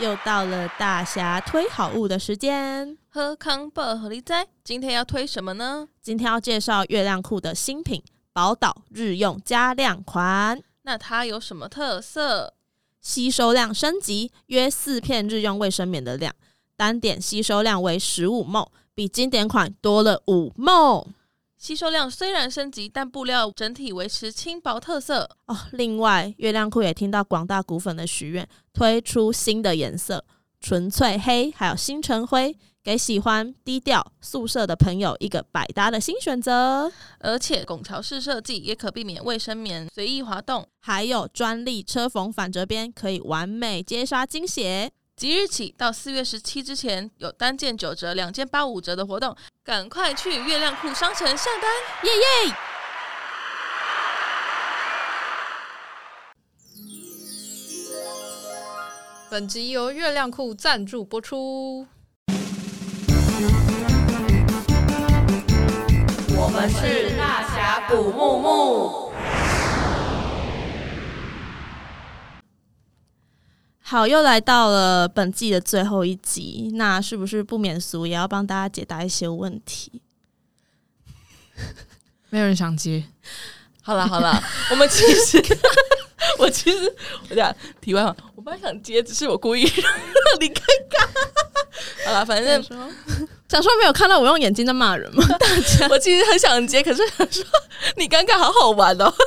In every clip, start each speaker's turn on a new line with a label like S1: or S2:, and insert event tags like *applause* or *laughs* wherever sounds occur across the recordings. S1: 又到了大侠推好物的时间，
S2: 喝康宝和力斋，今天要推什么呢？
S1: 今天要介绍月亮裤的新品宝岛日用加量款，
S2: 那它有什么特色？
S1: 吸收量升级，约四片日用卫生棉的量，单点吸收量为十五 ml，比经典款多了五 ml。
S2: 吸收量虽然升级，但布料整体维持轻薄特色。
S1: 哦，另外，月亮裤也听到广大股粉的许愿，推出新的颜色，纯粹黑，还有星辰灰，给喜欢低调素色的朋友一个百搭的新选择。
S2: 而且拱桥式设计也可避免卫生棉随意滑动。
S1: 还有专利车缝反折边，可以完美接杀精血。
S2: 即日起到四月十七之前，有单件九折、两件八五折的活动，赶快去月亮裤商城下单！
S1: 耶耶！
S3: 本集由月亮裤赞助播出。
S4: 我们是大峡谷木木。
S1: 好，又来到了本季的最后一集，那是不是不免俗也要帮大家解答一些问题？
S3: 没有人想接，
S2: 好啦好 *laughs* 啦，我们其实 *laughs* 我其实我讲题外话，我本来想接，只是我故意让你尴 *laughs* 尬。好啦，反正
S1: 想说没有看到我用眼睛在骂人吗？
S2: 我其实很想接，可是想说你尴尬好好玩哦。
S1: *laughs*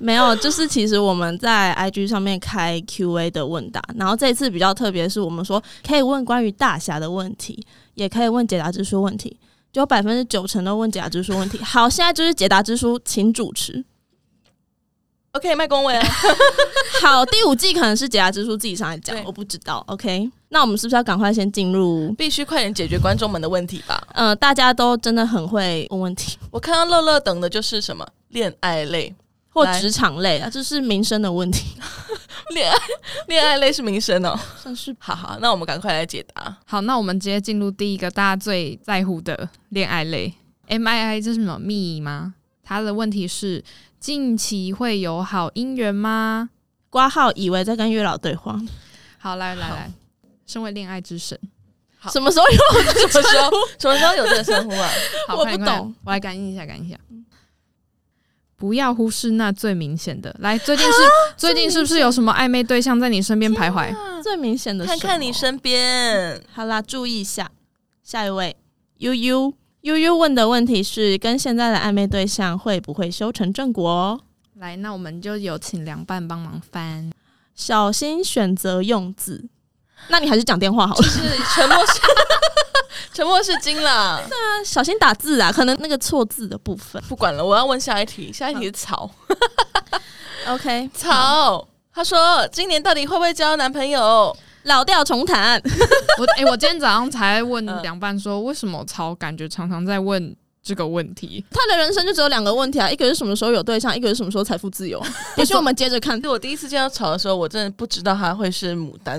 S1: 没有，就是其实我们在 IG 上面开 Q&A 的问答，然后这一次比较特别，是我们说可以问关于大侠的问题，也可以问解答之书问题，就百分之九成都问解答之书问题。好，现在就是解答之书，请主持。
S2: *laughs* OK，卖公文 *laughs* 啊，
S1: 好，第五季可能是解答之书自己上来讲
S2: 对，
S1: 我不知道。OK，那我们是不是要赶快先进入？
S2: 必须快点解决观众们的问题吧。
S1: 呃，大家都真的很会问问题，
S2: 我看到乐乐等的就是什么恋爱类，
S1: 或
S2: 来
S1: 职场类啊，这是民生的问题，
S2: 恋爱恋爱类是名声哦。
S1: 算是
S2: 好好，那我们赶快来解 *laughs* 答。
S3: 好，那我们直接进入第一个大家最在乎的恋爱类，MII 这是什么 me 吗？他的问题是近期会有好姻缘吗？
S1: 挂号以为在跟月老对话，
S3: 好，来来
S2: 好
S3: 来，身为恋爱之神，
S2: 好
S1: 什么时候有
S2: 什么时候什么时候 *laughs* 有这个称呼啊？
S3: 好
S1: 我
S3: 快点
S1: 不
S3: 快点
S1: 懂
S3: 我来感应一下，感应一下。不要忽视那最明显的。来，最近是最近是不是有什么暧昧对象在你身边徘徊？
S1: 最明显的？
S2: *laughs* 看看你
S1: 身。
S2: 身边，
S1: 好啦，注意一下。下一位，悠悠，悠悠问的问题是：跟现在的暧昧对象会不会修成正果？
S3: 来，那我们就有请凉拌帮忙翻。
S1: 小心选择用字。那你还是讲电话
S2: *laughs*
S1: 好了，
S2: 是沉默是沉默是金啦。
S1: 小心打字啊，可能那个错字的部分。
S2: 不管了，我要问下一题。下一题是草
S1: OK，
S2: 草，他说今年到底会不会交男朋友？
S1: 老调重弹。
S3: 我哎、我今天早上才问
S2: 嗯
S3: 凉拌说，为什么超感觉常常在问这个问题？
S1: 他的人生就只有两个问题 *laughs* 啊，一个是什么时候有对象，一个是什么时候财富自由。 *laughs* 也许我们接着看
S2: 其。实我第一次见到草的时候，我真的不知道他会是牡丹，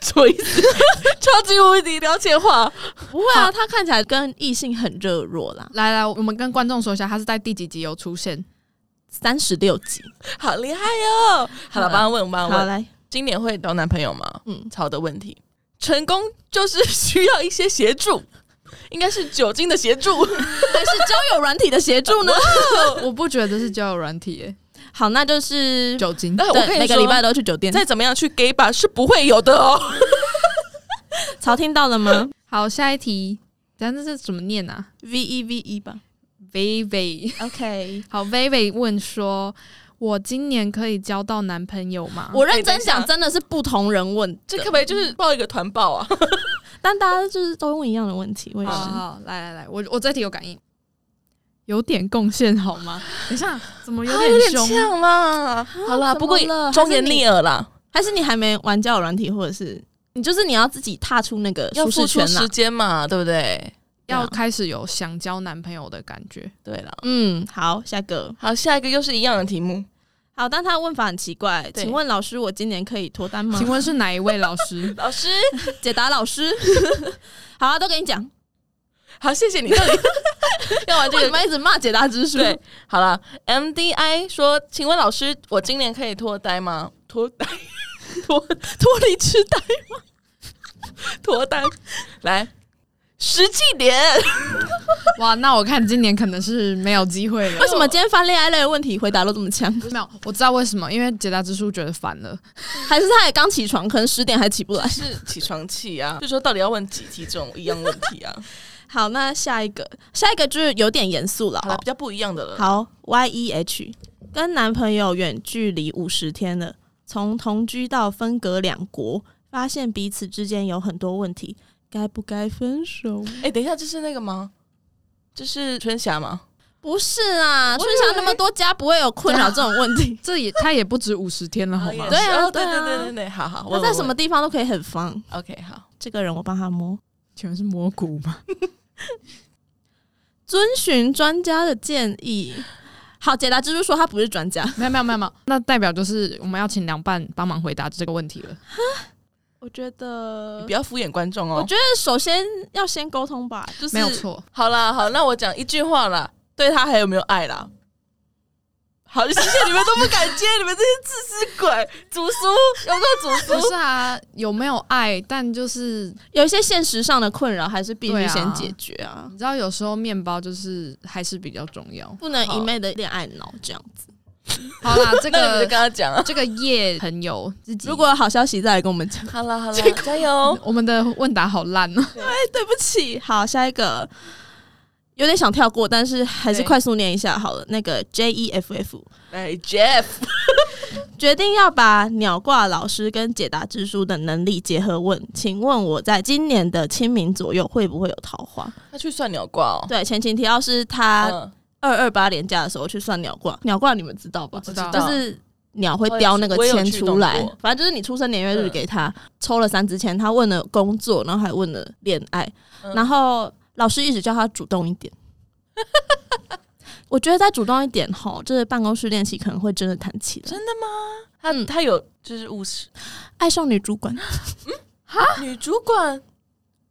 S2: 什么意思？ *laughs* 超级无敌了解话，
S1: 不会啊，他看起来跟异性很热络啦。
S3: 来来，我们跟观众说一下，他是在第几集有出 *laughs* 现？
S1: 三十六集，
S2: 好厉害哦！
S1: 好
S2: 好了，
S1: 了
S2: 帮他问，我帮他
S1: 好
S2: 问，
S1: 来，
S2: 今年会找男朋友吗？
S1: 嗯，
S2: 草的问题，成功就是需要一些协助，应该是酒精的协助。
S1: 还是交友软体的协 *laughs* 助呢？
S3: 我不觉得是交友软体、欸，
S1: 好，那就是
S3: 酒精。
S2: 但我
S1: 对，
S2: 跟你
S1: 每个
S2: 说
S1: 礼拜都去酒店。
S2: 再怎么样去 gay 吧是不会有的哦。
S1: 曹听到了吗
S3: 好，下一题，咱这是怎么念啊
S1: *laughs* ？V E V E 吧。
S3: ？Vivi。
S1: OK，
S3: 好，Vivi 问说：“我今年可以交到男朋友吗？”
S1: *laughs* 我认真
S2: 哎等一
S1: 讲，
S2: 下
S1: 真的是不同人问，
S2: 这可不可以就是报一个团报啊？
S1: 但大家就是都问一样的问题，我也
S3: 好
S1: 是。
S3: 好来来来，我我这题有感应，有点贡献好 *laughs* 吗？等一下，怎啊么有点凶？
S2: 呛啦。好
S1: 怎么
S2: 啦，不过也
S1: 了
S2: 忠言逆耳啦，
S1: 还是你还没玩交友软体，或者是你就是你要自己踏出那个
S2: 要
S1: 舒适
S2: 付出
S1: 圈啦
S2: 时。间嘛，对不对？
S3: 要开始有想交男朋友的感觉。
S2: 对了，
S1: 嗯，好，下一个。
S2: 好，下一个又是一样的题目，
S1: 好，但他的问法很奇怪，
S2: 对？
S1: 请问老师，我今年可以脱单吗
S3: 请？问是哪一位老师
S2: 老师，
S1: 解答老 *laughs* 师。好啊，都跟你讲，
S2: 好，谢谢你。到底
S1: 要玩这个，你们一直骂解答之书。 *laughs*
S2: 对，好了，MDI 说，请问老师，我今年可以脱单吗？脱单，
S1: 脱离痴呆吗？
S2: 脱单，来实际点。
S3: *laughs* 哇，那我看今年可能是没有机会了
S1: 为。什么今天翻恋爱类的问题回答都这么强？
S3: 没有，我知道为什么，因为解答之书觉得烦了。
S1: *laughs* 还是他也刚起床，可能十点还起不来。
S2: 是起床气啊，就说到底要问几题这种一样问题啊？
S1: 好，那下一个，下一个就是有点严肃了、
S2: 好了，
S1: 哦
S2: 比。较不一样的了。
S1: 好，Y E H，跟男朋友远距离五十天了，从同居到分隔两国，发现彼此之间有很多问题，该不该分手？
S2: 哎、等一下，这是那个吗？这是春霞吗？
S1: 不是啊，
S3: 我以
S1: 春
S3: 为，
S1: 霞那么多家不会有困扰这种问题 *laughs*
S3: 这也他也不止五十天了，好吗？
S1: 对啊
S2: 哦对
S1: 对啊
S2: 对对对对，好好。
S1: 他
S2: 我
S1: 在什么地方都可以很方。
S2: ？OK，好。
S1: 这个人我帮他摸，
S3: 请问是蘑菇吗？
S1: 遵循专家的建议。好，解答蜘蛛说他不是专家，
S3: 没有没有没有没有，那代表就是我们要请凉拌帮忙回答这个问题了。
S1: 我觉得
S2: 你不要敷衍观众
S1: 我
S2: 哦。
S1: 觉得首先要先沟通吧，就是
S3: 没有错，
S2: 好啦，好，那我讲一句话啦，对他还有没有爱啦？好，谢谢你们都不敢接，你们这些自私鬼，祖叔有没有祖
S3: 不
S2: 叔？
S3: 是啊，有没有爱？但就是
S1: 有一些现实上的困扰还是必
S3: 对
S1: 须
S3: 啊
S1: 先解决啊，
S3: 你知道，有时候面包就是还是比较重要。
S1: 不能
S2: 好
S1: 一昧的恋爱脑这样子。
S3: *laughs* 好啦，这
S2: *laughs* 那你们就跟
S3: *laughs*
S2: 他
S3: 个
S2: 讲啊。
S3: 这个叶朋友自己，
S1: 如果有好消息再来跟我们讲。
S2: 好啦好啦，加油！
S3: 我们的问答好烂哦、
S1: 对不起，好，下一个有点想跳过，但是还是
S2: 对
S1: 快速念一下好了。那个 J E F F
S2: 哎，Jeff，
S1: 决定要把鸟挂老师跟解答之书的能力结合问，请问我在今年的清明左右会不会有桃花？
S2: 他去算鸟卦哦。
S1: 对，前情提要是他
S2: 嗯，
S1: 二二八连假的时候去算鸟卦，鸟卦你们知道吧？
S3: 知道
S1: 就是鸟会叼那个签出
S2: 我有去我
S1: 来
S2: 有去动过，
S1: 反正就是你出生年月日给他抽了三支签，他问了工作，然后还问了恋爱，
S2: 嗯
S1: 然后老师一直叫他主动一点。 *laughs* 我觉得再主动一点吼，就是办公室恋情可能会真的谈起来。
S2: 真的吗？他、
S1: 嗯
S2: 他有就是务实
S1: 爱上女主管
S2: 女主管，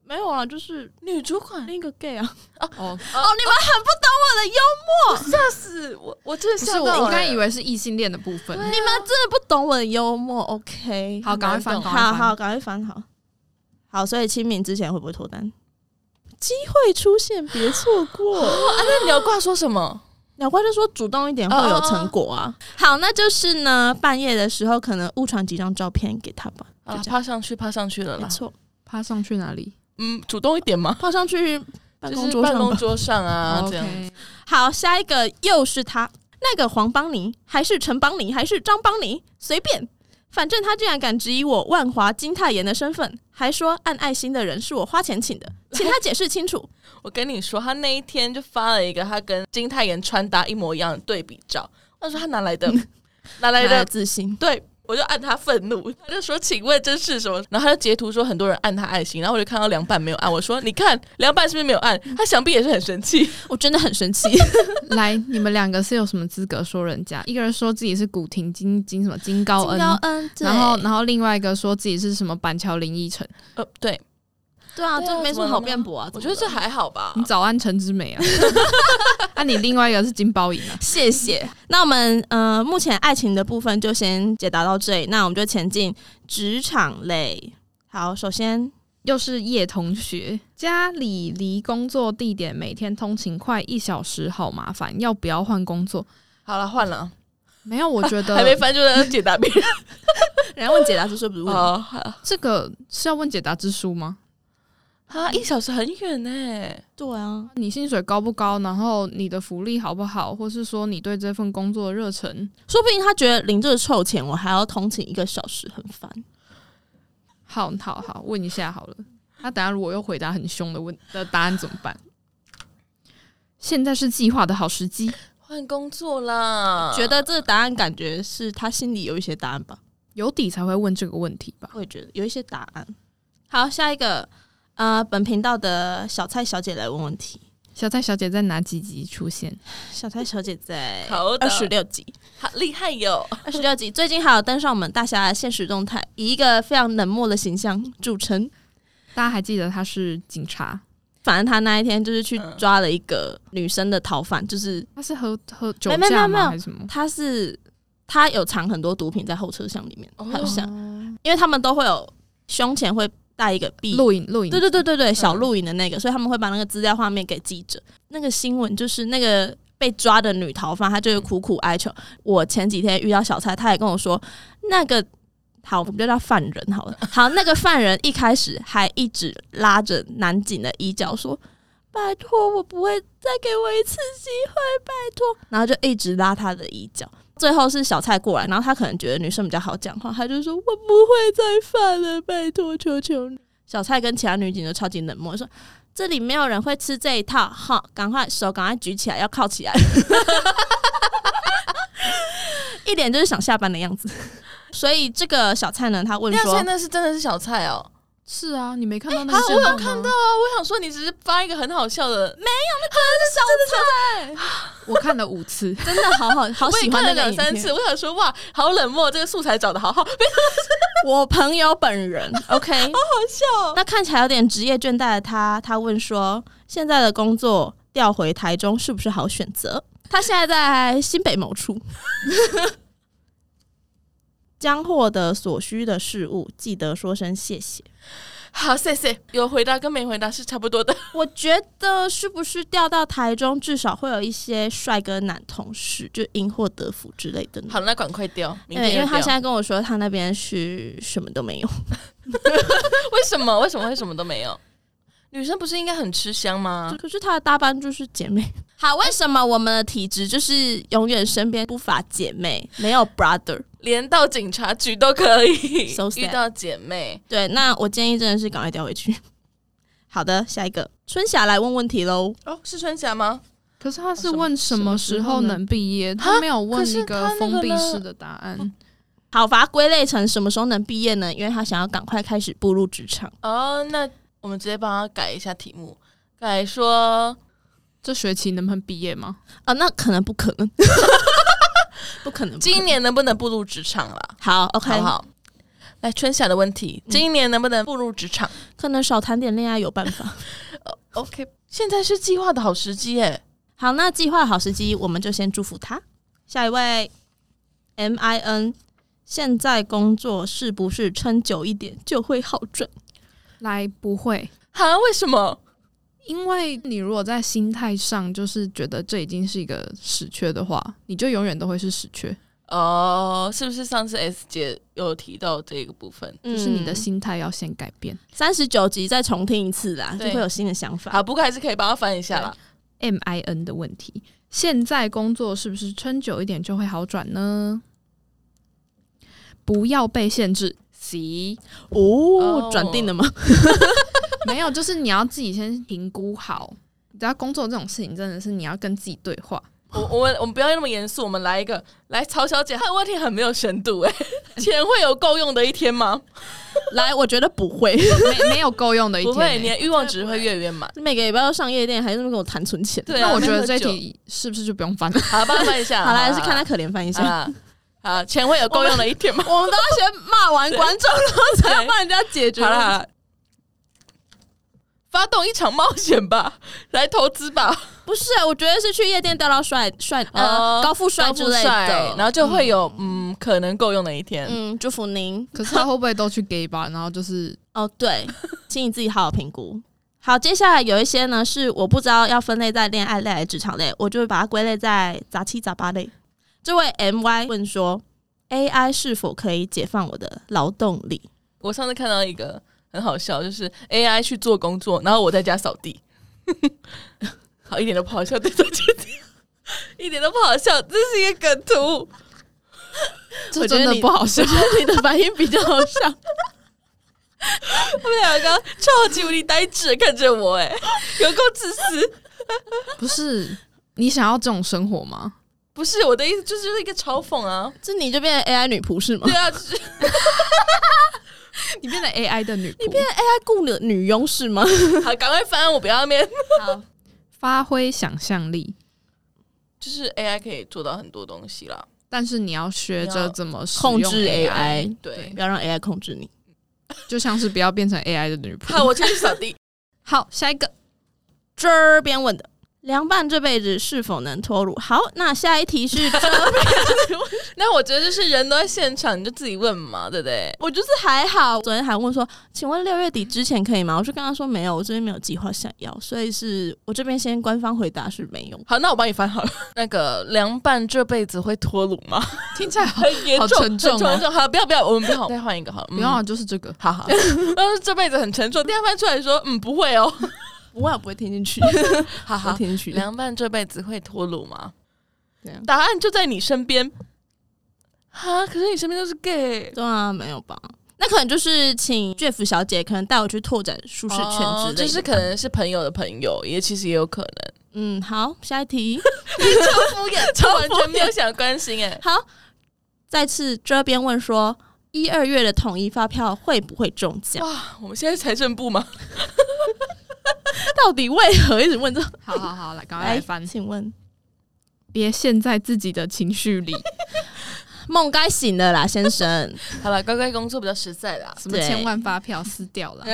S1: 没有啊，就是
S2: 女主管
S3: 嗯
S1: 另一个 gay 啊。
S3: *laughs* 哦，
S1: 哦，你们很不懂我的幽
S2: 吓死我！我真的
S3: 不是
S2: 吓
S3: 我，
S2: 到欸
S3: 我刚才
S2: 了
S3: 以为是异性恋的部分。
S1: 默，你们真的不懂我的幽默。OK，
S3: 啊好，赶快翻，
S2: 很难
S3: 赶快
S1: 好
S3: 翻。
S1: 好，赶快翻好。好，所以清明之前会不会脱单？机会出现，别错 *gasps* 过。
S2: 啊，那鸟卦说什么？
S1: 鸟怪就说主动一点会有成果啊。好，那就是呢，半夜的时候可能误传几张照片给他吧。
S2: 好
S1: 就
S2: 了，
S3: 啊
S1: 这样
S2: 趴上去，趴上去了
S1: 没
S2: 啦。
S1: 错，
S3: 趴上去哪里？
S2: 嗯，主动一点嘛，
S1: 放上去办
S2: 就
S1: 公
S2: 是
S1: 桌
S2: 办
S1: 上
S2: 公
S1: 吧。
S2: 桌上啊，这样。
S3: 哦 OK *laughs*
S1: 好，下一个又是他，那个黄邦尼，还是陈邦尼，还是张邦尼，随便。反正他竟然敢质疑我万华金泰妍的身份，还说按爱心的人是我花钱请的，请他解释清楚。
S2: 我跟你说，他那一天就发了一个他跟金泰妍穿搭一模一样的对比照。我说他哪
S1: *laughs*
S2: 来的？哪来
S1: 来
S2: 的？
S1: 自信，
S2: 对，我就按他愤怒，他就说：“请问这是什么？”然后他就截图说很多人按他爱心，然后我就看到凉拌没有按，我说：“你看凉拌是不是没有按？”他想必也是很
S1: *laughs*
S2: 生气。
S1: 我真的很生气。
S3: 来，你们两个是有什么资格说人家？一个人说自己是古亭金金什么金高恩，
S1: 恩，对
S3: 然后然后另外一个说自己是什么板桥林依晨。
S2: 呃，对，
S1: 对啊，
S2: 对啊
S1: 这没什
S2: 怎
S1: 么
S2: 么了
S1: 好
S2: 呢
S1: 辩驳 *laughs* 啊。
S2: 我觉得
S1: 怎
S2: 这
S1: 么了
S2: 还好吧
S3: 你。哦早安陈
S2: *laughs*
S3: 之美啊，啊你另外一个是金包银啊。
S1: 谢谢。那我们呃，目前爱情的部分就先解答到这里，那我们就前进职场类。好，首先
S3: 又是叶同学，家里离工作地点每天通勤快一小时，好麻烦，要不要换工作？
S2: 好了，换了，
S3: 没有，我觉
S2: *laughs* 还没
S3: 得
S2: 翻就在解
S1: *laughs*
S2: 答别人。
S1: 人家问解答就是不是问你？
S2: 哦，好
S3: 这个是要问解答之书吗？
S2: 啊，一小时很远呢。
S1: 对啊，
S3: 你薪水高不高？然后你的福利好不好？或是说你对这份工作的热忱？
S1: 说不定他觉得领这个臭钱，我还要通勤一个小时，很烦。
S3: 好好好，问一下好了。那等下如果又回答很凶的问的答案怎么办？现在是计划的好时机，
S2: 换工作啦，
S1: 觉得这个答案感觉是他心里有一些答案吧，
S3: 有底才会问这个问题吧？
S1: 我也觉得有一些答案。好，下一个，呃，本频道的小蔡小姐来问问题。
S3: 小蔡小姐在哪几集出现？
S1: 小蔡小姐在
S2: 好的
S1: 二十六集，
S2: 好厉害哟。
S1: 二十六集，最近还有登上我们大侠的现实动态，以一个非常冷漠的形象著称。
S3: 大家还记得她是警察，
S1: 反正他那一天就是去
S2: 嗯
S1: 抓了一个女生的逃犯，就是
S3: 她是喝喝酒
S1: 没没
S3: 驾
S1: 没有
S3: 吗？还是什么？
S1: 他是他有藏很多毒品在后车厢里面，
S2: 哦
S1: 好像，
S3: 哦
S1: 因为他们都会有胸前会带一个 B，
S3: 录影录影，
S1: 对对对对对，小录影的那个，所以他们会把那个资料画面给记者。那个新闻就是那个被抓的女逃犯，她就是苦苦哀求。我前几天遇到小蔡，他也跟我说，那个好，我们就叫犯人好了。好，那个犯人一开始还一直拉着男警的衣角说。拜托，我不会再给我一次机会，拜托。然后就一直拉他的衣角，最后是小蔡过来，然后他可能觉得女生比较好讲话，他就说：“我不会再犯了，拜托，求求你。”小蔡跟其他女警都超级冷漠，说这里没有人会吃这一套，哈，赶快手赶快举起来，要铐起来， *laughs* 一脸就是想下班的样子。所以这个小蔡呢，他问
S2: 那所以
S1: 说，
S2: 那是真的是小菜哦。
S3: 是啊，你没看到那
S2: 啊
S3: 个，
S2: 我有看到，啊，我想说你只是发一个很好笑的，
S3: 我看了五 *laughs* 次，
S1: 真的好好好
S2: 我
S1: 喜
S2: 也
S1: 欢
S2: 看
S1: 那
S2: 了
S1: 个
S2: 两
S1: 影
S2: 三
S1: 片
S2: 次，我想说哇，好冷漠，这个素材找的好好，没
S1: *laughs* 我朋友本人，OK，
S2: 好笑。
S1: 那看起来有点职业倦怠的他，他问说：“现在的工作调回台中是不是好选择？”他现在在新北某处， *laughs* 将获得所需的事物，记得说声谢谢。
S2: *laughs* 好，谢谢，有回答跟没回答是差不 *laughs* 多的。
S1: 我觉得是不是调到台中，至少会有一些帅哥男同事，就因祸得福之类的呢。
S2: 好，那赶快掉，明
S1: 对，
S2: 天
S1: 因为
S2: 就
S1: 他
S2: 掉
S1: 现在跟我说他那边是什么都没有，
S2: 为什么为什么为什么都没有？女生不是应该很吃香吗？
S1: 可是他的搭班就是姐妹。啊 *laughs* 好，为什么我们的体质就是永远身边不乏姐妹，没有 brother？
S2: 连到警察局都可以
S1: So sad
S2: 遇到姐妹，
S1: 对，那我建议真的是赶快调回去。 *laughs* 好的，下一个春霞来问问题喽。
S2: 哦，是春霞吗？
S3: 可是他是问什么时候能毕业，他没有问一个封闭式的答案。
S1: 好，把它归类成什么时候能毕业呢？因为他想要赶快开始步入职场。
S2: 哦，那我们直接帮她改一下题目，改说
S3: 这学期能不能毕业吗？
S1: 啊，那可 *laughs* 能不可能，不可能。不可
S2: 今
S1: 能
S2: 年能不能步入职场啦？
S1: 好，OK，
S2: 好不好？来春霞的问题，今年能不能步入职场、
S1: 可能少谈点恋爱有办法。
S2: o k 现在是计划的好时机耶。
S1: 好，那计划好时机，我们就先祝福他。下一位，M I N，现在工作是不是撑久一点就会好转？
S3: 来，不会，
S2: 哈，为什么？
S3: 因为你如果在心态上就是觉得这已经是一个死缺的话，你就永远都会是死缺，
S2: 哦，是不是上次 S 姐有提到这个部分？
S3: 就是你的心态要先改变。
S1: 三十九集再重听一次啦，就
S2: 对
S1: 会有新的想法。
S2: 好，不过还是可以帮她翻一下啦。
S3: M I N 的问题，现在工作是不是撑久一点就会好转呢？不要被限制。C
S1: 哦
S2: 哦，
S1: 转定了吗？ *laughs*
S3: 没有，就是你要自己先评估好。只要工作这种事情，真的是你要跟自己对话。
S2: 我我们我们不要那么严肃，我们来一个，来曹小姐，她的问题很没有深 *laughs* 度哎，钱会有够用的一天 *laughs* 吗？
S1: 来，我觉得不
S2: *laughs*
S1: 会。
S3: 没没有够用的一
S2: 不
S3: 天、
S2: 会，
S3: 欸。
S2: 你的欲望值会越来越满。
S1: 每个礼拜要上夜店，还是那边给我谈存钱。
S2: 对啊，
S3: 那我觉得这
S2: 一
S3: 一题是不是就不用翻了？
S2: *laughs* 好，帮她翻一下。
S1: 好啦，
S2: 啦，
S1: 还是看他可怜翻一
S2: 好
S1: 下。
S2: 啦。好，钱会有够用的一天
S1: *laughs*
S2: 吗？*laughs*
S1: 我们都要先骂完观众，然后才要帮人家解决。
S2: 好啦，发动一场冒险吧，来投资 *laughs* 吧，
S1: 不是，我觉得是去夜店钓到帅帅呃
S2: 哦
S1: 高富帅之类的，
S2: 然后就会有嗯可能够用的一天。
S1: 嗯，祝福您。
S3: 可是他会不会都去 gay 吧？然后就是
S1: 哦，对，请你自己好好评估。好，接下来有一些呢是我不知道要分类在恋爱类还是职场类，我就会把它归类在杂七杂八类。这位 M Y 问说，AI 是否可以解放我的劳动力？ *laughs*
S2: 我上次看到一个很好笑，就是 AI 去做工作，然后我在家扫地， *laughs* 好一点都不好笑，对对对对， *laughs* 一点都不好笑，这是一个梗图。
S3: 这真的不好笑
S1: 我。觉得你的反应比较好笑。
S2: 他们两个超级无敌呆滞地看着我、哎，有够自私。
S3: 不是你想要这种生活吗？
S2: 不是我的意思，就是就是一个嘲讽啊，
S1: 这你就变成 AI 女仆是吗
S2: 对？啊，就是
S3: 你变成 AI 的女仆，你变
S1: 她雇的女佣是吗？
S2: 好，赶快翻，我不要那边。
S1: 好，
S3: 发挥想象力，
S2: 就是 AI 可以做到很多东西啦，
S3: 但是你要学着怎么使
S1: *laughs*
S3: 用
S1: 控制
S3: AI，,
S1: AI，
S2: 对
S1: 不。要让 AI 控制你。
S3: 就像是不要变成 AI 的女
S2: 好，
S3: 仆。
S2: 我去扫地。
S3: 好，下一个
S1: 这边问的，凉拌这辈子是否能脱乳？好，那下一题是遮
S2: 那我觉得就是人都在现场，你就自己问嘛，对不对？
S1: 我就是还好，昨天还问说，请问六月底之前可以吗？我就跟他说没有，我这边没有计划想要，所以是我这边先官方回答是没有。
S2: 好，那我帮你翻好了。那个凉拌这辈子会脱乳吗？
S3: 听起来好，
S2: 很严重，
S3: 好沉重哦
S2: 很沉重。好，不要不要，我们不要，再换一个好了。嗯
S3: 不要，就是这个。
S2: 好好，但是这辈子很沉重。第二翻出来说，嗯，不会哦。
S1: 我也不会听进去， *laughs* 不会
S2: 好好，
S1: 听进去。
S2: 凉拌这辈子会脱乳吗
S3: 对啊？
S2: 答案就在你身边啊！可是你身边都是 gay，
S1: 对啊，没有吧？那可能就是请 Jeff 小姐可能带我去拓展舒
S2: 不
S1: 适圈之类的吧、
S2: 哦，就是可能是朋友的朋友，也其实也有可能。
S1: 嗯，好，下一题。 *laughs*
S2: 敷衍， *laughs* 超完全没有想关心哎、
S1: 好，再次这边问说，一二月的统一发票会不会中奖？
S2: 哇，我们现在财政部吗？
S1: 到底为何一直问这？
S3: *laughs*
S1: 哎
S3: 好好好，来，赶快来翻。
S1: 请问
S3: 别陷在自己的情绪里，
S1: 梦该醒了啦，先生。
S2: 好了，乖乖工作比较实在啦。
S3: 什么
S1: 对
S3: 千万发票撕掉了。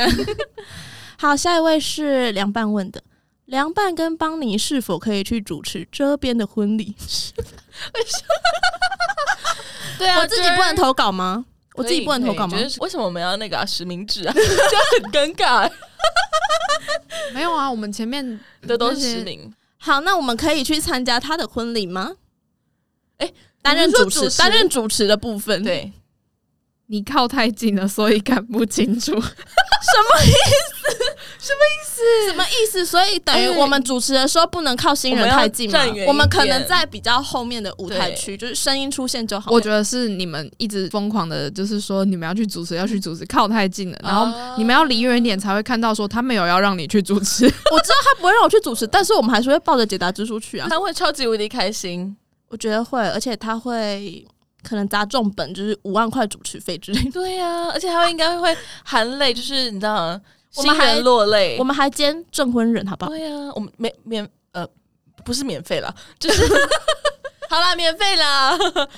S1: 好，下一位是凉拌问的。凉拌跟邦尼是否可以去主持这边的婚礼？
S2: 对啊
S1: 我自己不能，投稿吗？我自己不能投稿吗？
S2: 为什么我们要那个啊实名制 *laughs* 啊？这样很尴尬、
S3: 没有啊，我们前面
S2: *laughs* 这都是实名。
S1: 好，那我们可以去参加他的婚礼吗？
S2: 诶
S1: 担任
S2: 你是
S1: 主
S2: 说
S1: 持，
S2: 主持
S1: 担任主持的部分，，
S2: 对，
S3: 你靠太近了，所以看不清楚。
S1: 什么意思？所以等于
S2: 哎
S1: 我们主持的时候不能靠新人太近嘛
S2: 我们要站远一，点
S1: 我们可能在比较后面的舞台区，就是声音出现就好。
S3: 我觉得是你们一直疯狂的，就是说你们要去主持，要去主持，靠太近了，
S2: 嗯
S3: 然
S2: 哦
S3: 后你们要离远一点才会看到说他没有要让你去主持。
S1: 我知道他不会让我去主持，但是我们还是会抱着解答之书去啊。
S2: 他会超级无敌开心。
S1: 我觉得会，而且他会可能砸重本，就是五万块主持费之类的。
S2: 对呀、而且他会应该会含泪，就是你知道吗，
S1: 我们
S2: 新人
S1: 还
S2: 落泪
S1: 我。们还兼证婚人，好不好？
S2: 对呀、我们免免呃不是免费啦，就是
S1: *laughs*
S2: 好啦，免费啦，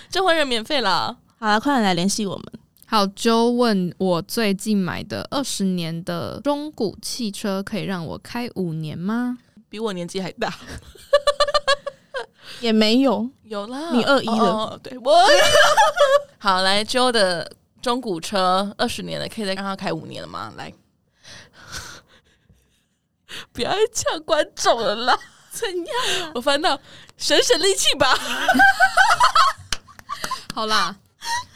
S2: 证婚人免费啦。
S1: 好啊了，快点来联系我们。
S3: *laughs* 好，就问我最近买的二十年的中古汽车可以让我开五年吗？
S2: 比我年纪还大，
S1: 也没有，
S2: 有啦，
S1: 你21了
S2: 哦，哦对我 *laughs* 好来 Joe 的中古车二十年了，可以再让他开五年了吗？来，不要再呛观众了啦，怎
S1: 啊
S2: 样、我翻到省省力气吧。
S3: 好啦，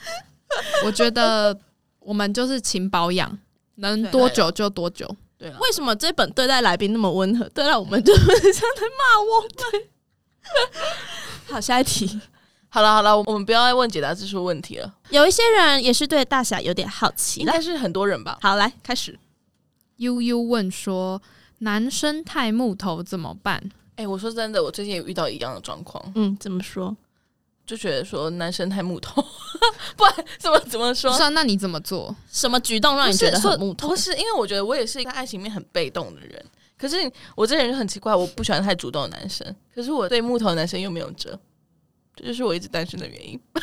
S3: *laughs* 我觉得我们就是勤保养，能
S2: 对
S3: 多久就多久。
S2: 对了，
S1: 为什么这本对待来宾那么温和，对待我们就是像在骂我们？好，下一题。
S2: 好了好了，我们不要再问解答之书问题了，
S1: 有一些人也是对大侠有点好奇
S2: 应。该是很多人吧。
S1: 好，来开始。
S3: 悠悠问说：“男生太木头怎么办
S2: 哎、我说真的，我最近也遇到一样的状况，
S1: 嗯，怎么说？
S2: 就觉得说男生太木头， *laughs* 不然怎么怎么？”说
S3: 不？是啊、那你怎么做？
S1: 什么举动让你觉得很木头
S2: 不？是，因为我觉得我也是一个爱情里面很被动的人。可是我这人就很奇怪，我不喜欢太主动的男生，可是我对木头的男生又没有辙，这就是我一直单身的原因。 *laughs*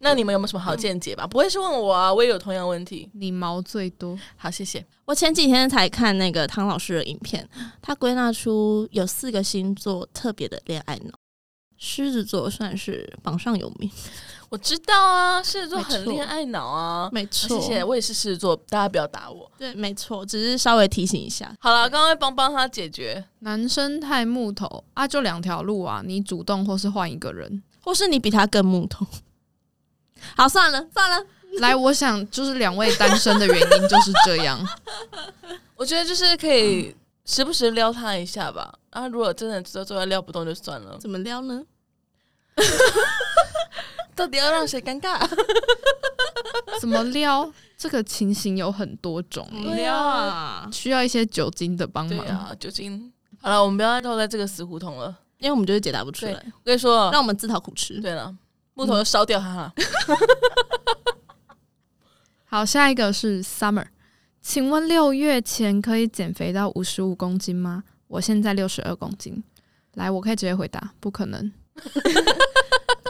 S2: 那你们有没有什么好见解吧？不会是问我啊，我也有同样问题。
S3: 你毛最多，
S2: 好，谢谢。
S1: 我前几天才看那个汤老师的影片，他归纳出有四个星座特别的恋爱脑，狮子座算是榜上有名，
S2: 我知道啊，狮子座
S1: 没错
S2: 很恋爱脑啊。
S1: 没
S2: 好谢谢，我也是狮子座，大家不要打我。
S1: 对，没错，只是稍微提醒一下。
S2: 好了，刚刚会帮帮他解决。
S3: 男生太木头啊，就两条路啊，你主动或是换一个人。
S1: 或是你比他更木头。 *laughs* 好，算了算了，
S2: *laughs*
S3: 来，我想就是两位单身的原因就是这
S2: *laughs*
S3: 样。
S2: 我觉得就是可以时不时撩他一下吧。啊，如果真的做做撩不动就算了，
S1: 怎么撩呢？
S2: 到底要让谁尴尬？
S3: 怎么撩？这个情形有很多种、
S1: 怎
S3: 欸，
S1: 么撩啊？
S3: 需要一些酒精的帮
S2: 嗯对
S3: 忙。
S2: 啊，酒精。好了，我们不要再落在这个死胡同了。
S1: 因为我们就是解答不出来，
S2: 我跟你说，
S1: 让我们自讨苦吃。
S2: 对了，木头就烧掉哈哈。
S3: 好，下一个是 Summer，请问六月前可以减肥到五十五公斤吗？我现在六十二公斤。来，我可以直接回答，不可能，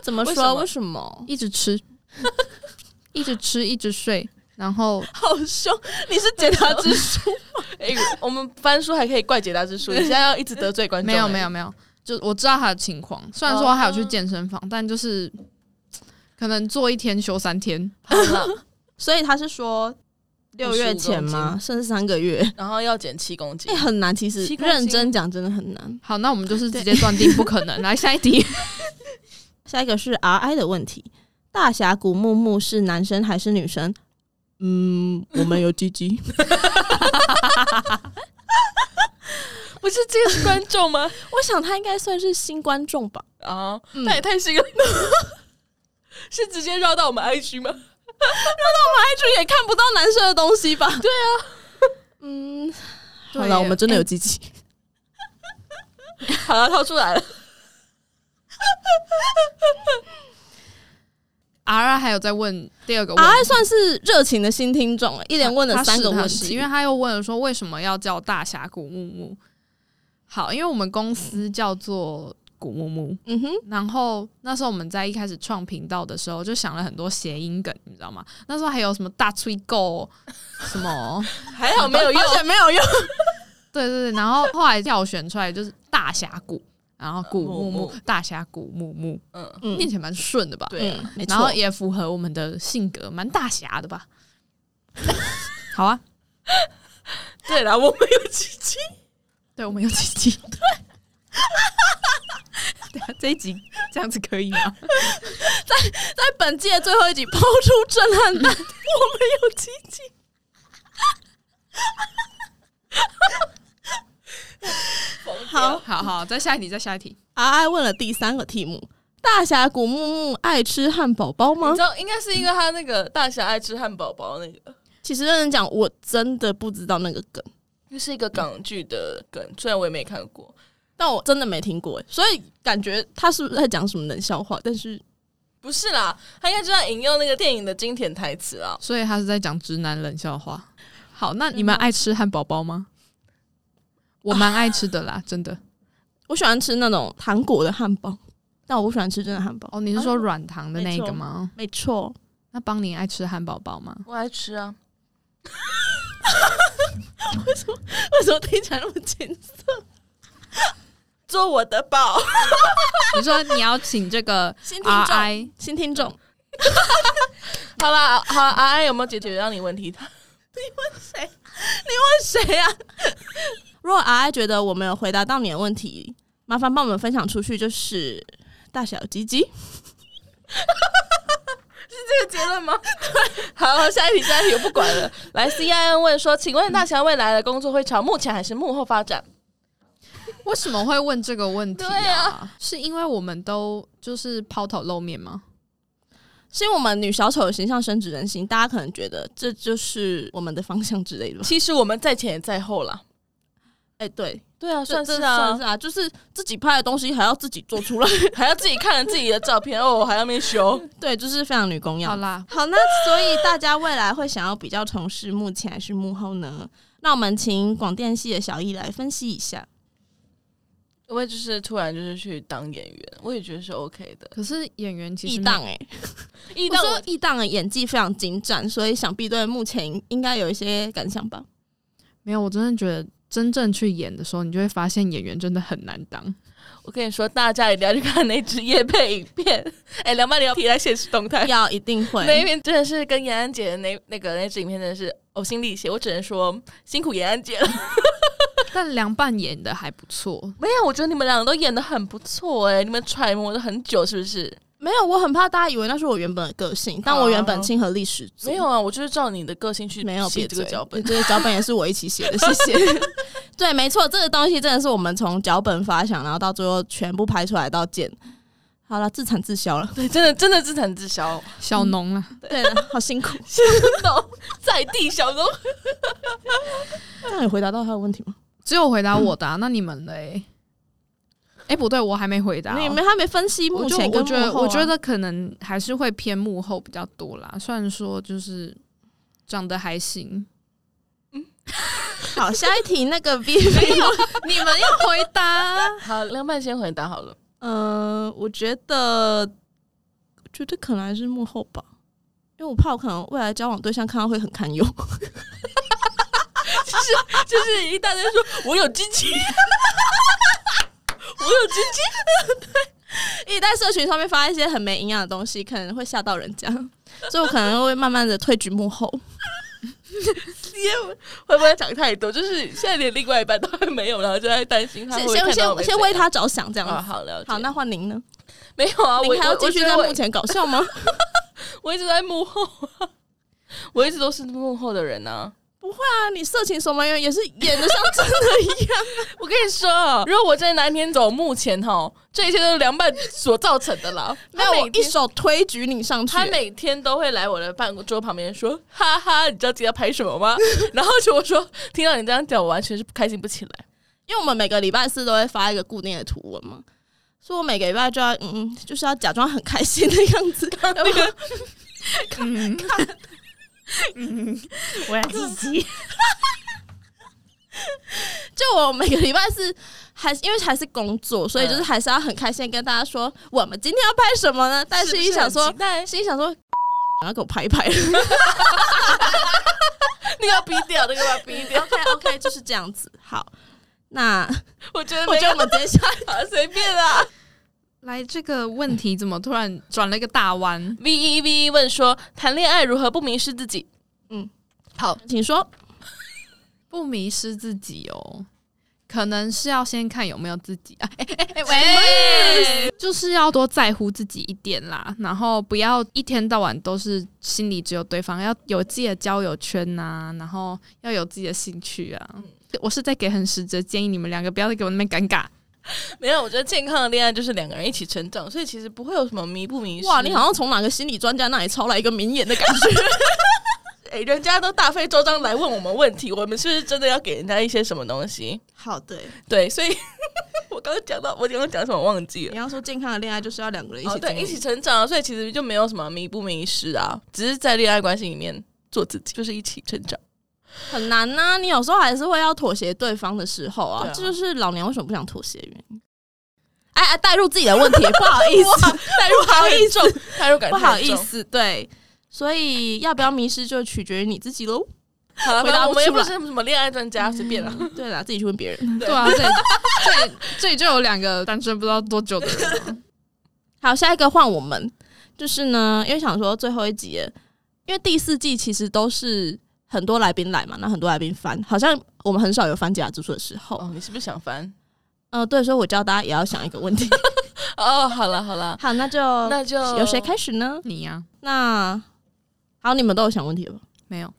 S1: 怎么
S2: 为什
S1: 说？
S2: 么
S1: 为什么？
S2: *laughs*
S3: 一直吃，一直吃，一直睡，然后
S1: 好凶！你是解答之书，
S2: *laughs* 哎、我们翻书还可以怪解答之 *laughs* 书，你现在要一直得罪观众、
S3: 没有
S2: 哎
S3: 没有没有，就我知道他的情况。虽然说
S2: 哦
S3: 他有去健身房，但就是可能做一天休三天，
S2: 好了，
S1: 所以他是说六月前吗？甚至三个月？
S2: 然后要减七公斤
S1: 哎、。很难，其实
S2: 七公斤
S1: 认真讲真的很难。
S3: 好，那我们就是直接断定不 *laughs* 可能。来下一题，
S1: 下一个是 R I 的问题：大峡谷木木是男生还是女生？嗯，我们有鸡鸡。
S2: *laughs* 不是这个是观众吗？
S1: *laughs* 我想他应该算是新观众吧。
S2: 啊，
S3: 嗯
S2: 那也太新了。 *laughs* 是直接绕到我们 IG 吗？ *laughs*
S1: 就也看不到男生的东西吧？对啊，嗯，好
S3: 对耶
S1: 了，我们真的有鸡鸡。
S2: *laughs* 好了，套出来了。
S3: 哎 R 还有在问第二个问
S1: R
S3: 题。
S1: 算是热情的新听众，一连问了
S3: 他
S1: 三个
S3: 哎是他
S1: 问
S3: 是
S1: 题，
S3: 因为他又问了说为什么要叫大峡谷木木。好，因为我们公司叫做古木木，
S1: 嗯哼，
S3: 然后那时候我们在一开始创频道的时候，就想了很多谐音梗，你知道吗？那时候还有什么大吹狗，什么 *laughs*
S2: 还好没有用，
S1: 而且没有用。
S3: 对对对，然后后来票选出来就是大峡谷，然后古
S2: 木
S3: 木木
S2: 木
S3: 大峡谷木木，
S2: 嗯，
S1: 嗯
S3: 念起来蛮顺的吧？
S2: 对啊
S1: 嗯，没
S3: 然后
S1: 错。
S3: 也符合我们的性格，蛮大侠的 *laughs* 吧？好啊，
S2: 对了，我们有几期，
S3: 对我们有几集？对， *laughs* 对啊，这一集这样子可以吗？
S1: 在本季的最后一集抛出震撼 *laughs* 弹，我们有鸡鸡。好
S3: 好好，再下一题，再下一题。
S1: ，R I 问了第三个题目：大峡谷木木爱吃汉堡包吗
S2: 你知？道应该是因为他那个大侠爱吃汉堡包那个，
S1: 其实认真讲，我真的不知道那个梗，
S2: 那是一个港剧的梗，虽然我也没看过。
S1: 但我真的没听过，所以感觉他是不是在讲什么冷笑话？但是
S2: 不是啦，他应该就在引用那个电影的经典台词啊。
S3: 所以他是在讲直男冷笑话。好，那你们爱吃汉堡包吗？我蛮爱吃的啦，真的。
S1: 我喜欢吃那种韩国的汉堡，但我不喜欢吃真的汉堡。
S3: 哦，你是说软糖的
S1: 没
S3: 那一个
S1: 错
S3: 吗？
S1: 没错，
S3: 那邦尼爱吃汉堡包吗？
S2: 我爱吃啊，
S1: 为什么听起来那么轻松？
S2: 做我的宝。
S3: *laughs* 你说你要请这个
S1: 新听
S3: R
S1: 众，
S3: I
S1: 新听众，
S2: *laughs* 好啦，好，阿安有没有解决到你问题？他
S1: 谁呀、如果 R I 觉得我们有回答到你的问题，麻烦帮我们分享出去，就是大小鸡鸡。
S2: 这个结论吗？ *laughs* 好，下一题，下一题，我不管 *laughs* 了。来，C I N 问说，请问大侠未来的工作会朝目前还是幕后发展？
S3: 为什么会问这个问题、
S2: 对
S3: 啊？是因为我们都就是抛头露面吗？
S1: 是因为我们女小丑的形象深植人心，大家可能觉得这就是我们的方向之类的吧。
S2: 其实我们在前也在后啦。
S1: 哎、 *laughs* 对，
S2: 对啊，算
S1: 这
S2: 是
S1: 这
S2: 啊
S1: 算是，啊，就是自己拍的东西还要自己做出 *laughs* 来，
S2: 还要自己看了自己的照片哦，还要没修。
S1: 对，就是非常女工
S3: 好
S1: 样。
S3: 啦，
S1: 好，那所以大家未来会想要比较从事幕前还是幕后呢？那我们请广电系的小易来分析一下。
S2: 因为就是突然就是去当演员，我也觉得是 OK 的。
S3: 可是演员其
S1: 易
S3: 实
S1: 荡哎，
S2: 一
S1: 我说易荡的演技非常精湛，所以想必对目前应该有一些感想吧。
S3: 没有，我真的觉得真正去演的时候，你就会发现演员真的很难当。
S1: *laughs*
S2: 我跟你说，大家一定要去看那支夜配影片。 *laughs* 哎、梁曼你要贴在现实动 *laughs* 态，
S1: 要一定
S2: 那一
S1: 会，
S2: 片真的是跟延安姐的那那个那支影片真的是呕心沥血。我只能说辛苦延安姐了。
S3: 但凉拌演的还不错，
S2: 没有，我觉得你们两个都演的很不错哎、你们揣摩了很久是不是？
S1: 没有，我很怕大家以为那是我原本的个性，但我原本亲和力十足。
S2: 没有啊，我就是照你的个性去
S1: 没有
S2: 写
S1: 别
S2: 这个脚本。
S1: 这个脚本也是我一起写的，谢 *laughs* 谢。对，没错，这个东西真的是我们从脚本发想，然后到最后全部拍出来到剪。好了，自产自销了，
S2: *laughs* 对，真的真的自产自 *laughs* 销，
S3: 小农啊，
S1: 对了，好辛 *laughs* 苦。
S2: 懂在地小农。
S1: 这样有回答到他的问题吗？
S3: 只有回答我
S1: 嗯
S3: 的、啊，那你们嘞？哎、不对，我还没回答哦、
S1: 你没还没分析
S3: 我
S1: 目
S3: 就
S1: 前跟
S3: 我觉得
S1: 幕后啊
S3: 我觉得可能还是会偏幕后比较多啦。虽然说就是长得还行，
S1: 好，下一题那个 B *laughs* 没有，
S3: 你们要回答。
S2: 好，梁曼先回答好了。
S1: 呃，我觉得，我觉得可能还是幕后吧。因为我怕我可能未来交往对象看到会很堪忧。
S2: *laughs* 就是一大堆说我有鸡鸡，我有鸡鸡，
S1: 一在社群上面发一些很没营养的东西，可能会吓到人家， *laughs* 所以我可能会慢慢的退居幕后。
S2: 会不会讲太多？就是现在连另外一半都还没有，然后就在担心他
S1: 先
S2: 会不会
S1: 先
S2: 看到我
S1: 先
S2: 们
S1: 先
S2: 怎
S1: 为
S2: 样
S1: 他着想，这样
S2: 哦，
S1: 子。
S2: 好了解，
S1: 好，那换您呢？
S2: 没有啊，我
S1: 您还要继续在
S2: 目
S1: 幕前搞笑
S2: *laughs*
S1: 吗？啊
S2: 我一直在幕后啊， *laughs* 我一直都是幕后的人呐、
S1: 啊，你色情守门员也是演的像真的一样。
S2: 我跟你说，如果我真的哪一天走幕前哈，这一切都是凉拌所造成的啦。
S1: 那
S2: *laughs* 他
S1: 我
S2: 每
S1: 一
S2: 天
S1: 手推举你上去
S2: 他，每天都会来我的办公桌旁边说：“哈哈，你知道今天要拍什么吗？”然后就我说：“听到你这样讲，我完全是开心不起来。
S1: 因为我们每个礼拜四都会发一个固定的图文嘛，所以我每个礼拜就要嗯，嗯，就是要假装很开心的样子。那个
S3: 嗯， *laughs* 我要自己，
S1: 就我每个礼拜是还是因为还是工作，所以就是还是要很开心地跟大家说我们今天要拍什么呢？”但
S2: 是
S1: 是
S2: 不
S1: 一
S2: 是
S1: 想
S2: 很
S1: 说
S2: 期，待
S1: 心里想说， *laughs* 然后给我拍一 *laughs* 拍。
S2: 那个要逼掉，那个要逼掉。
S1: OK OK，就是这样子。好，那
S2: 我觉得
S1: *laughs* 我
S2: 没
S1: 觉
S2: 有
S1: 得我们直接下 *laughs*
S2: 啊，随便啦。
S3: 来这个问题怎么突然转了一个大弯？
S2: *laughs*
S3: *laughs*
S2: V 一 V 一问说：“谈恋爱如何不迷失自己？”
S1: 嗯，
S2: 好，
S1: 请说。
S3: 不迷失自己哦，可能是要先看有没有自己啊，哎哎哎喂，就是要多在乎自己一点啦，然后不要一天到晚都是心里只有对方，要有自己的交友圈呐、然后要有自己的兴趣啊。我是在给很实质的建议，你们两个不要再给我那边尴尬。
S2: 没有，我觉得健康的恋爱就是两个人一起成长，所以其实不会有什么迷不迷失。
S1: 哇，你好像从哪个心理专家那里抄来一个名言的感觉。
S2: 诶，哎人家都大费周章来问我们问题，我们是不是真的要给人家一些什么东西？
S1: 好，对，
S2: 对，所以 *laughs* 我刚刚讲到，我刚刚讲什么忘记
S1: 你
S2: 了。
S1: 要说健康的恋爱就是要两个人一
S2: 哦，
S1: 起
S2: 对，一起成长，所以其实就没有什么迷不迷失啊，只是在恋爱关系里面做自己，就是一起成长。
S1: 很难呐、你有时候还是会要妥协对方的时候啊，
S2: 对啊
S1: 这就是老娘为什么不想妥协的原因。哎哎，带入自己的问题，不好意思，
S2: 代入感很重，代入感
S1: 不
S2: 太
S1: 好意
S2: 重。
S1: 思，对，所以要不要迷失就取决于你自己喽。
S2: 好了，
S1: 回答
S2: 反正
S1: 不
S2: 我们
S1: 出
S2: 又不嗯
S1: 来
S2: 是什么恋爱专家，随便啦。
S1: *laughs* 对啦，自己去问别人。
S3: 对啊，这里这里这里就有两个单身不知道多久的人了，
S1: 好，下一个换我们，就是呢，因为想说最后一集了，因为第四季其实都是很多来宾来嘛，那很多来宾翻，好像我们很少有翻解答之书的时候。
S2: 哦，你是不是想翻？
S1: 呃，对，所以我教大家也要想一个问题。
S2: 哦，好了好了，
S1: 好，那就
S2: 那就
S1: 由谁开始呢？
S3: 你呀、
S1: 那好，你们都有想问题了吧？
S3: 没有，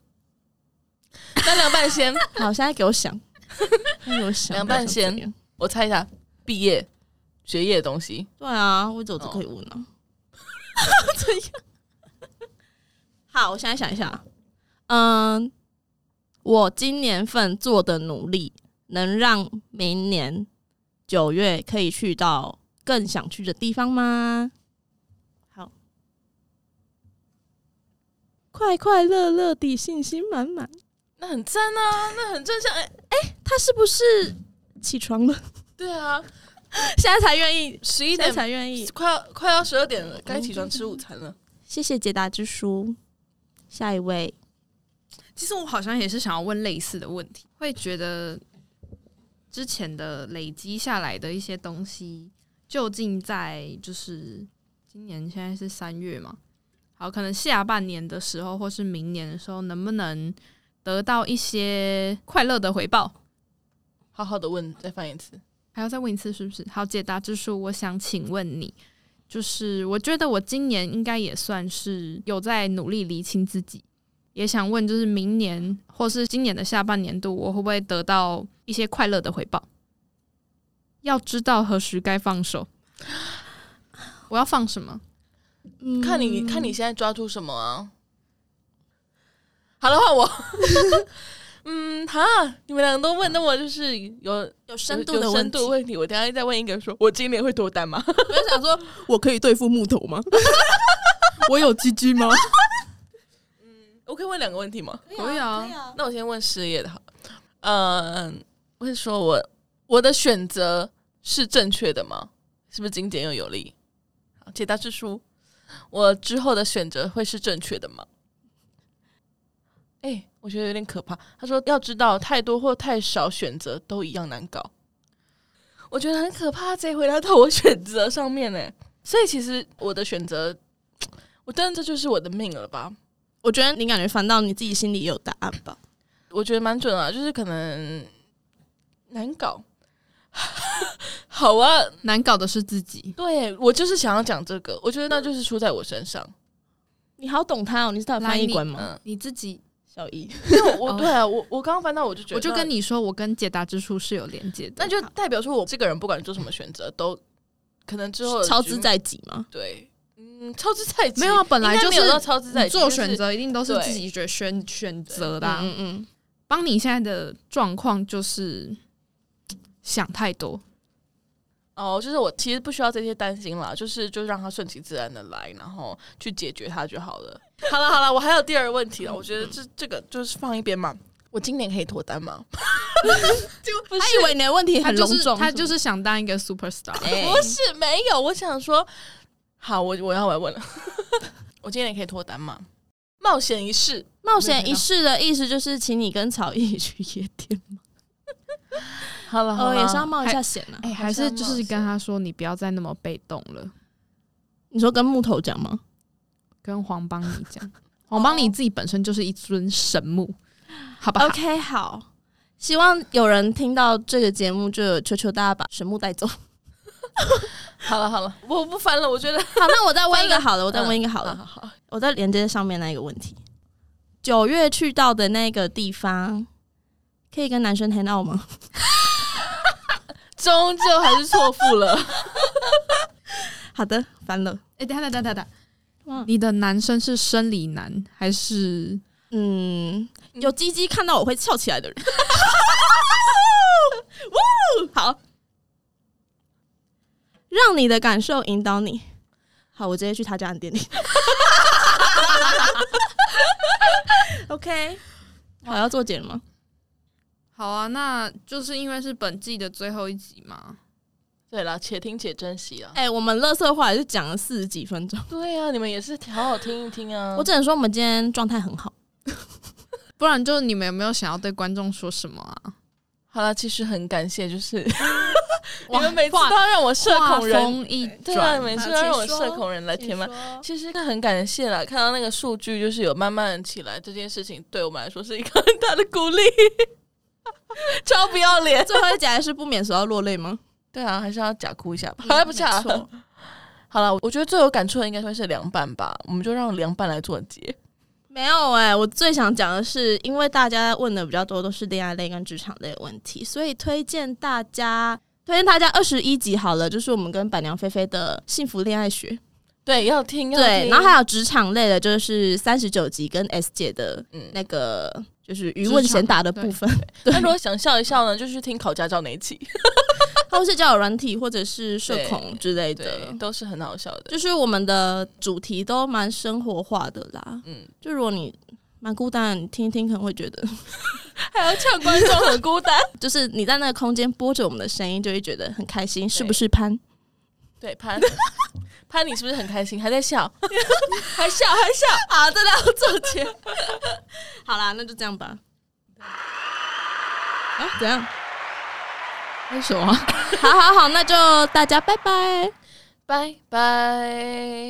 S2: 那凉拌先，
S1: 好，现在给我想，现在给我想
S2: 凉拌先。
S1: 我想怎样
S2: *laughs* 我猜一下，毕业学业的东西，
S1: 对啊，我走着可以问 *laughs* 啊。这样。好，我现在想一下，啊嗯，我今年份做的努力，能让明年九月可以去到更想去的地方吗？好，快快乐乐地，信心满满。
S2: 那很赞啊，那很正向。哎、
S1: 他是不是起床了？
S2: 对啊，
S1: *laughs* 现在才愿意，
S2: 十一
S1: 现在
S2: 点
S1: 才愿意。
S2: 快要快要十二点了，该起床吃午餐了。
S1: 谢谢解答之书。下一位，
S3: 其实我好像也是想要问类似的问题，会觉得之前的累积下来的一些东西，究竟在就是今年现在是三月嘛，好，可能下半年的时候或是明年的时候，能不能得到一些快乐的回报？
S2: 好好的问，再翻一次。
S3: 还要再问一次是不是？好，解答之书，我想请问你，就是我觉得我今年应该也算是有在努力厘清自己，也想问，就是明年或是今年的下半年度，我会不会得到一些快乐的回报？要知道何时该放手，我要放什么？
S1: 嗯
S2: 看你看你现在抓住什么啊？好了，换我。 *laughs* 嗯，哈，你们两个都问，那我就是有
S1: 有
S2: 有
S1: 深度的
S2: 有
S1: 问
S2: 深
S1: 题，
S2: 度问题。我等一下再问一个说我今年会脱单吗？
S1: 我就想说，我可以对付木头吗？我有鸡鸡吗？
S2: 我可以问两个问题吗？
S3: 可以啊可以
S2: 那我先问事业的好了，嗯，我会说我我的选择是正确的吗？是不是精简又有力？好，解答之书，我之后的选择会是正确的吗？哎、我觉得有点可怕。他说要知道，太多或太少选择都一样难搞。我觉得很可怕，这回答到我选择上面呢、所以其实我的选择，我当然这就是我的命了吧？
S1: 我觉得你感觉反倒你自己心里有答案吧。
S2: 我觉得蛮准啊，就是可能难搞。 *laughs* 好啊，
S3: 难搞的是自己。
S2: 对我就是想要讲这个，我觉得那就是出在我身
S3: *laughs*
S2: 上。
S1: 你好懂他哦，你是他的翻译官吗？
S2: 嗯，
S3: 你自己，
S1: 小姨，
S2: 因为我
S3: 哦
S2: 我对啊，我我刚刚翻到我就觉得，
S3: 我就跟你说，我跟解答之书是有连接的。
S2: 那，那就代表说我这个人不管做什么选择，都可能之后的
S1: 超
S2: 局
S1: 之
S2: 面
S1: 在己吗？
S2: 对，嗯，超支在己
S3: 没有啊本来
S2: 应该
S3: 就是
S2: 没有到超支在
S3: 你
S2: 己
S3: 做选，择一定都是
S2: 对
S3: 自己决选选择的啊。
S1: 嗯嗯，
S3: 帮你现在的状况就是想太多，
S2: 就是哦，就是我其实不需要这些担心啦，就是就让它顺其自然的来，然后去解决它就好了。 *laughs* 好了好了，我还有第二个问题了，我觉得这这个就是放一边嘛。我今年可以脱单吗？ *laughs*
S1: 他以为你的问题
S3: 他
S1: 很
S3: 就
S1: 隆
S3: 是
S1: 重，哎
S3: 他就是想当一个 super star，
S1: *laughs*
S2: 不是没有，我想说，好，我我要来问了， *laughs* 我今年可以脱单吗？冒险一试，
S1: 冒险一试的意思，就是请你跟曹毅去夜店，
S2: 好了
S1: 哦，也是要
S2: 冒
S1: 冒一下险啊。
S3: 哎、还是就是跟他说你不要再那么被动了，
S1: 你说跟木头讲吗？
S3: 跟黄邦你 *laughs* 讲，黄邦你自己本身就是一尊神木，好吧
S1: OK，好，希望有人听到这个节目，就求求大家把神木带走。好，
S2: 好了好
S3: *laughs*
S2: 了，我不烦了，我觉得
S1: 那我再问一个好的，我再问一个好
S2: 好
S1: 的，
S2: 好好，
S1: 我再连接上面那一个问题。九月去到的那个地方，可以跟男生 hang out 吗？
S2: *laughs* 终究还是错付了。 *laughs*
S1: 好的，翻了。
S3: 哎、等一下等一下等一下
S1: 哇，
S3: 你的男生是生理男还是
S1: 嗯，有鸡鸡看到我会翘起来的 *laughs* 人。呜好，让你的感受引导你。好，我直接去他家的店 *laughs* 里。OK，好，要做结了吗？
S3: 好啊？那就是因为是本季的最后一集嘛，
S2: 对啦，且听且珍惜啊。
S1: 哎、我们乐色话也是讲了四十几分钟，
S2: 对啊，你们也是好好听一听啊。
S1: 我只能说我们今天状态很好。
S3: 不然就是你们有没有想要对观众说什么啊？
S2: 好了，其实很感谢，就是你
S3: 哇
S2: 们每次都要让我社恐
S3: 话
S2: 人，
S3: 锋一
S2: 对啊，
S3: 转，
S2: 每次
S1: 啊
S2: 都要
S1: 请
S2: 让我
S1: 说
S2: 社恐人来填满。
S1: 啊说
S2: 其实很感谢啦，看到那个数据就是有慢慢起来，这件事情对我们来说是一个很大的鼓励， *laughs* 超不要脸。
S1: 最后一集还是不免说要落泪吗？
S2: 对啊，还是要假哭一下吧，还不假
S1: 没。错
S2: 好了，我觉得最有感触的应该会是凉拌吧，我们就让凉拌来做结。
S1: 没有哎、我最想讲的是，因为大家问的比较多都是恋爱类跟职场类的问题，所以推荐大家推荐大家二十一集好了，就是我们跟板娘菲菲的幸福恋爱学，
S2: 对，要听，要
S1: 对，
S2: 听
S1: 然后还有职场类的，就是三十九集跟 S 姐的
S2: 嗯
S1: 那个就是余问贤答的部分，
S2: 那如果想笑一笑呢，就去听考驾照那一期，
S1: 或是交友软体或者是社恐之类
S2: 对
S1: 的，，
S2: 都是很好笑的。
S1: 就是我们的主题都蛮生活化的啦。
S2: 嗯，
S1: 就如果你蛮孤单，你听一听可能会觉得。
S2: *laughs* 还要呛观众很孤单。
S1: 就是你在那个空间播着我们的声音，就会觉得很开心，是不是潘？
S2: *laughs* 对， *laughs* 潘潘，你是不是很开心？还在笑，还笑，还
S1: *laughs*
S2: 笑。
S1: 好，啊真的要做结。好啦，那就这样
S2: *laughs*
S1: 吧。啊，怎样？
S3: 为什么？
S1: 好好好，那就大家拜拜。
S2: *laughs* 拜拜。